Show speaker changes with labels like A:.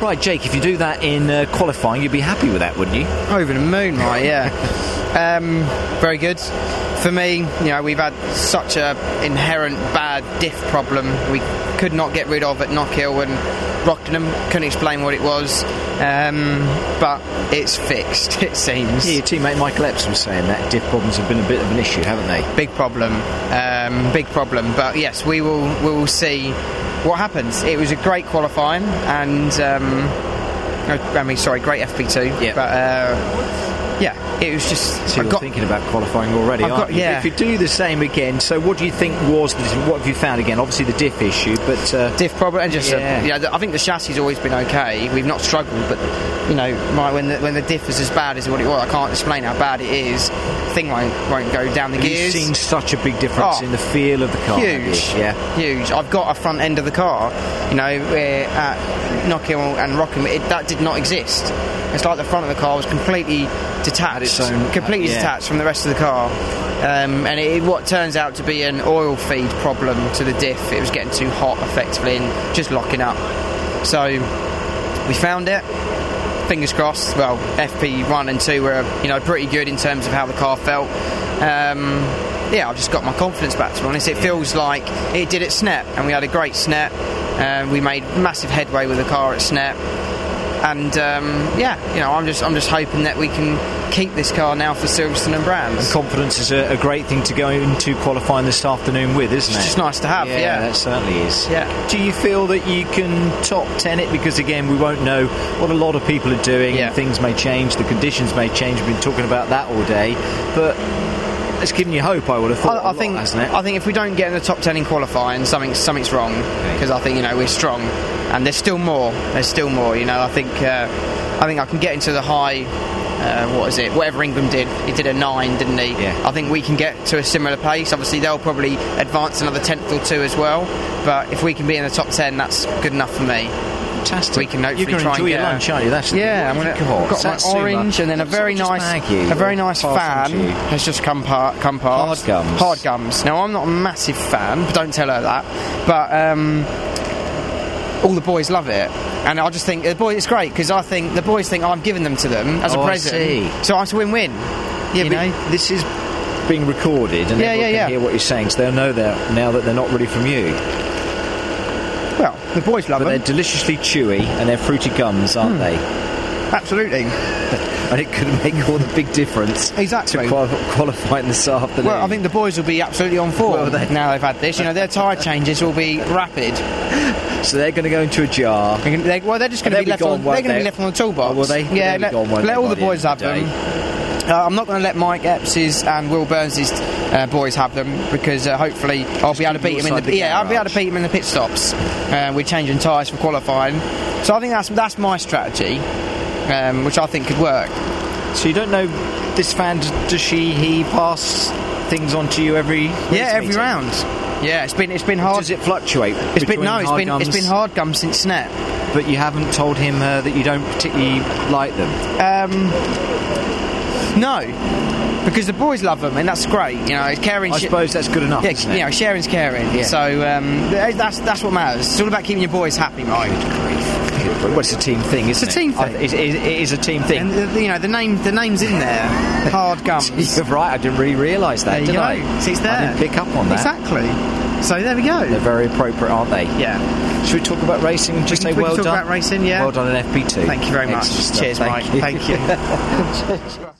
A: Right, Jake, if you do that in uh, qualifying, you'd be happy with that, wouldn't you?
B: Over the moon, right? Yeah. um, very good. For me, you know, we've had such a inherent bad diff problem. We could not get rid of at Knockhill and Rockdenham. Couldn't explain what it was, um, but it's fixed. It seems.
A: Yeah, your teammate Michael Epps was saying that diff problems have been a bit of an issue, haven't they?
B: Big problem. Um, big problem. But yes, we will. We will see what happens. It was a great qualifying and. Um, I mean, sorry, great FP2.
A: Yeah.
B: But uh, yeah, it was just.
A: So
B: I
A: you're
B: got-
A: thinking about qualifying already,
B: I've
A: aren't
B: got-
A: you?
B: yeah.
A: If you do the same again, so what do you think was the, what have you found again? Obviously the diff issue, but uh,
B: diff problem and just
A: Yeah.
B: yeah. yeah th- I think the chassis has always been okay we've not struggled but you know my, when the, when the diff is as bad as what it was I can't explain how bad it is thing won't, won't go down the
A: have you
B: gears
A: seen such a big difference
B: Oh,
A: in the feel of the car? have you?
B: huge
A: Yeah.
B: huge I've got a front end of the car you know we're at Knockhill and Rockham it, that did not exist it's like the front of the car was completely detached
A: its own- uh,
B: completely
A: yeah.
B: detached from the rest of the car um, and it, what turns out to be an oil feed problem to the diff it was getting too hot effectively and just locking up so we found it. Fingers crossed. Well, FP1 and 2 were, you know, pretty good in terms of how the car felt. Um, yeah, I've just got my confidence back, to be honest. It feels like it did at Snap, and we had a great Snap. Um, we made massive headway with the car at Snap. And um, yeah, you know, I'm just I'm just hoping that we can keep this car now for Silverstone and Brands.
A: Confidence is a, a great thing to go into qualifying this afternoon with, isn't it?
B: It's just nice to have, yeah.
A: that certainly is.
B: Yeah.
A: Do you feel that you can top ten it? Because again, we won't know what a lot of people are doing.
B: Yeah.
A: Things may change. The conditions may change. We've been talking about that all day, but it's given you hope. I would have thought.
B: I,
A: a
B: I
A: lot,
B: think
A: hasn't it?
B: I think if we don't get in the top ten in qualifying, something something's wrong because I think you know we're strong and there's still more. There's still more. You know, I think uh, I think I can get into the high. Uh, what is it? Whatever Ingram did, he did a nine, didn't he?
A: Yeah.
B: I think we can get to a similar pace. Obviously, they'll probably advance another tenth or two as well. But if we can be in the top ten, that's good enough for me.
A: Fantastic.
B: We can hopefully
A: You're going to
B: try
A: enjoy
B: and
A: your
B: get a-
A: lunch, aren't you? That's the
B: Yeah,
A: thing.
B: I'm
A: What
B: gonna,
A: have you got?
B: I've got my
A: Satsuma.
B: orange and then a
A: Someone
B: very
A: just
B: nice,
A: bag you
B: a very
A: or
B: nice
A: pass them
B: fan
A: to you.
B: has just come part, come past.
A: Hard gums.
B: Hard gums. Now I'm not a massive fan, but don't tell her that. But um, all the boys love it, and I just think the boys. It's great because I think the boys think I'm giving them to them as
A: Oh, I
B: a present.
A: see.
B: So it's a win-win.
A: Yeah,
B: you
A: but
B: know.
A: this is being recorded, and
B: Yeah,
A: everyone
B: yeah,
A: can
B: yeah.
A: hear what you're saying, so they'll know there now that they're not really from you.
B: Well, the boys love
A: But they're
B: them.
A: deliciously chewy, and they're fruity gums,
B: Hmm.
A: aren't they?
B: Absolutely.
A: And it could make all the big difference
B: Exactly.
A: to qual- qualifying this afternoon.
B: Well, I think the boys will be absolutely on form
A: Well, they-
B: now they've had this. You know, their tyre changes will be rapid.
A: so. They're going to go into a jar.
B: They, they, well, they're just going
A: They'll
B: to
A: be
B: be left
A: gone,
B: on. They're
A: won't
B: going to
A: they?
B: be left on the toolbox.
A: Oh, will they? They'll
B: Yeah,
A: be
B: let,
A: gone, won't
B: let
A: they,
B: all
A: by
B: the
A: the end
B: boys
A: of
B: have
A: the
B: them. Uh, I'm not going to let Mike Epps's and Will Burns's uh, boys have them because uh, hopefully I'll be able to
A: keep them
B: beat them in the,
A: inside the
B: yeah I'll be able
A: garage.
B: to beat them in the pit stops. Uh, we're changing tyres for qualifying, so I think that's that's my strategy, um, which I think could work.
A: So you don't know this fan? d- Does she, he pass things on to you every?
B: yeah, every
A: meeting?
B: round. Yeah, it's been it's been hard.
A: Does it fluctuate?
B: it's been no,
A: between
B: it's
A: hard
B: been it's
A: gums?
B: been hard gum since snap.
A: But you haven't told him uh, that you don't particularly like them.
B: Um, no, because the boys love them, and that's great. You know, caring.
A: I
B: shi-
A: suppose that's good enough.
B: Yeah,
A: isn't
B: you
A: it?
B: know, sharing's caring.
A: Yeah.
B: So um, th- that's that's what matters. It's all about keeping your boys happy, Mike.
A: Well, it's a team thing, isn't it?
B: It's a team
A: I-
B: thing.
A: It, it- it is a team
B: And
A: thing.
B: the, you know the name the name's in there. Hard gums.
A: You're right. I didn't really realise that.
B: there you
A: did
B: go.
A: I?
B: See, it's there.
A: I didn't pick up on that.
B: Exactly. So there we go.
A: They're very appropriate, aren't they?
B: yeah.
A: Should we talk about racing and just
B: We can-
A: say
B: we can
A: well
B: talk
A: done?
B: about racing, yeah.
A: Well done in FP2.
B: Thank you very much.
A: Excellent stuff.
B: Cheers, Mike. Thank you.